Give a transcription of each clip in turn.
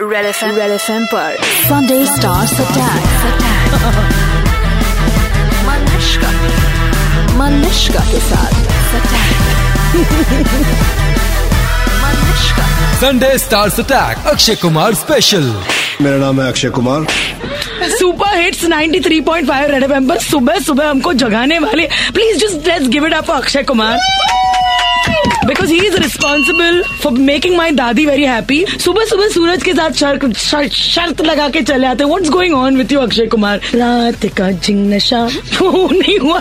Red F M red F M पर Sunday stars attack Manushka Manushka के साथ Manushka Sunday stars attack Akshay Kumar special मेरा नाम है Akshay Kumar super hits 93.5 red FM पर सुबह सुबह हमको जगाने वाले please just let's give it up Akshay Kumar because he is responsible for making my दादी वेरी हैप्पी सुबह सुबह सूरज के साथ शर्त शर्त- शर्त लगा के चले आते what's going on with you Akshay Kumar रात का जिंग नशा वो नहीं हुआ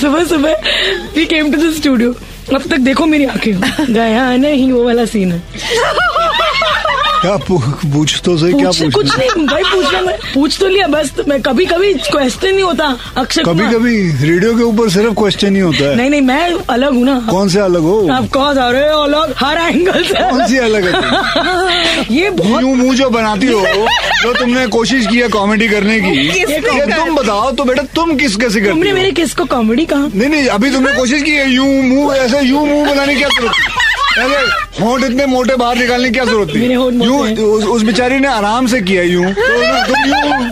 सुबह सुबह we came to the studio अब तक देखो मेरी आंखें गया नहीं वो वाला सीन है क्या पू- पूछ तो सही क्या पूछ पूछ कुछ नहीं भाई पूछना मैं पूछ तो लिया बस तो मैं कभी कभी क्वेश्चन नहीं होता अक्षय कभी कुमार। कभी रेडियो के ऊपर सिर्फ क्वेश्चन ही होता है नहीं नहीं मैं अलग हूँ ना कौन से अलग हो आप कौन सा रहे हो लोग हर एंगल से कौन सी अलग है तुम? ये बहुत यूं मुंह जो बनाती हो जो तुमने कोशिश की है कॉमेडी करने की किसको ये कर- तुम बताओ तो बेटा तुम किस कैसे करती तुमने हो मेरे किस को कॉमेडी कहा नहीं नहीं अभी तुमने कोशिश की है यूं मुंह ऐसे यूं मुंह बनाने की क्या जरूरत थी? ऐसे होंठ इतने मोटे बाहर निकालने की क्या जरूरत थी मेरे होंठ मोटे यूं हैं। उस, उस बेचारी ने आराम से किया यूं तो उसने- तुम यूं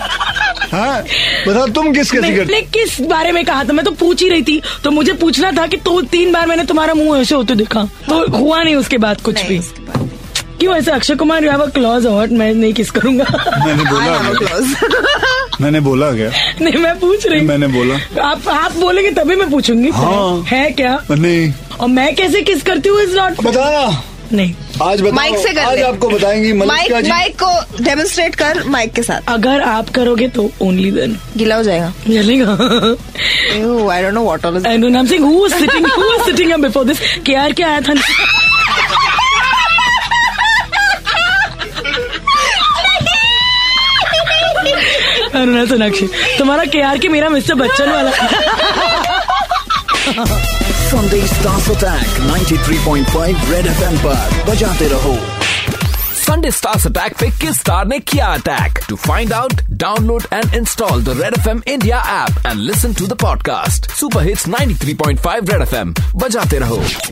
हाँ बताओ तुम किस कैसे करती मैंने किस बारे में कहा था मैं तो पूछ ही रही थी तो मुझे पूछना था कि तो तीन बार मैंने तुम्हारा मुंह ऐसे होते देखा तो हुआ नहीं उसके बाद कुछ भी क्यों ऐसे Akshay Kumar you have a clause hot मैं नहीं किस करूंगा मैंने बोला मैंने बोला क्या नहीं मैं पूछ रही हूँ मैंने बोला आप आप बोलेंगे तभी मैं पूछूंगी हाँ। है क्या नहीं और मैं कैसे किस करती हूँ इज नॉट बताना नहीं आज बताओ माइक से कर आज ले। आपको बताएंगी माइक मलिका जी माइक को डेमोन्स्ट्रेट कर माइक के साथ अगर आप करोगे तो ओनली देन गीला हो जाएगा चलेगा I don't know what all is and I am saying who was sitting who was sitting up before this K R क्या आया था अनुना सोनाक्षी तुम्हारा केआर के मेरा मिस्टर बच्चन वाला Sunday Stars Attack 93.5 Red FM पर बजाते रहो संडे स्टार्स अटैक पे किस स्टार ने किया attack to find out download and install the red F M India app and listen to the podcast super hits 93.5 red F M बजाते रहो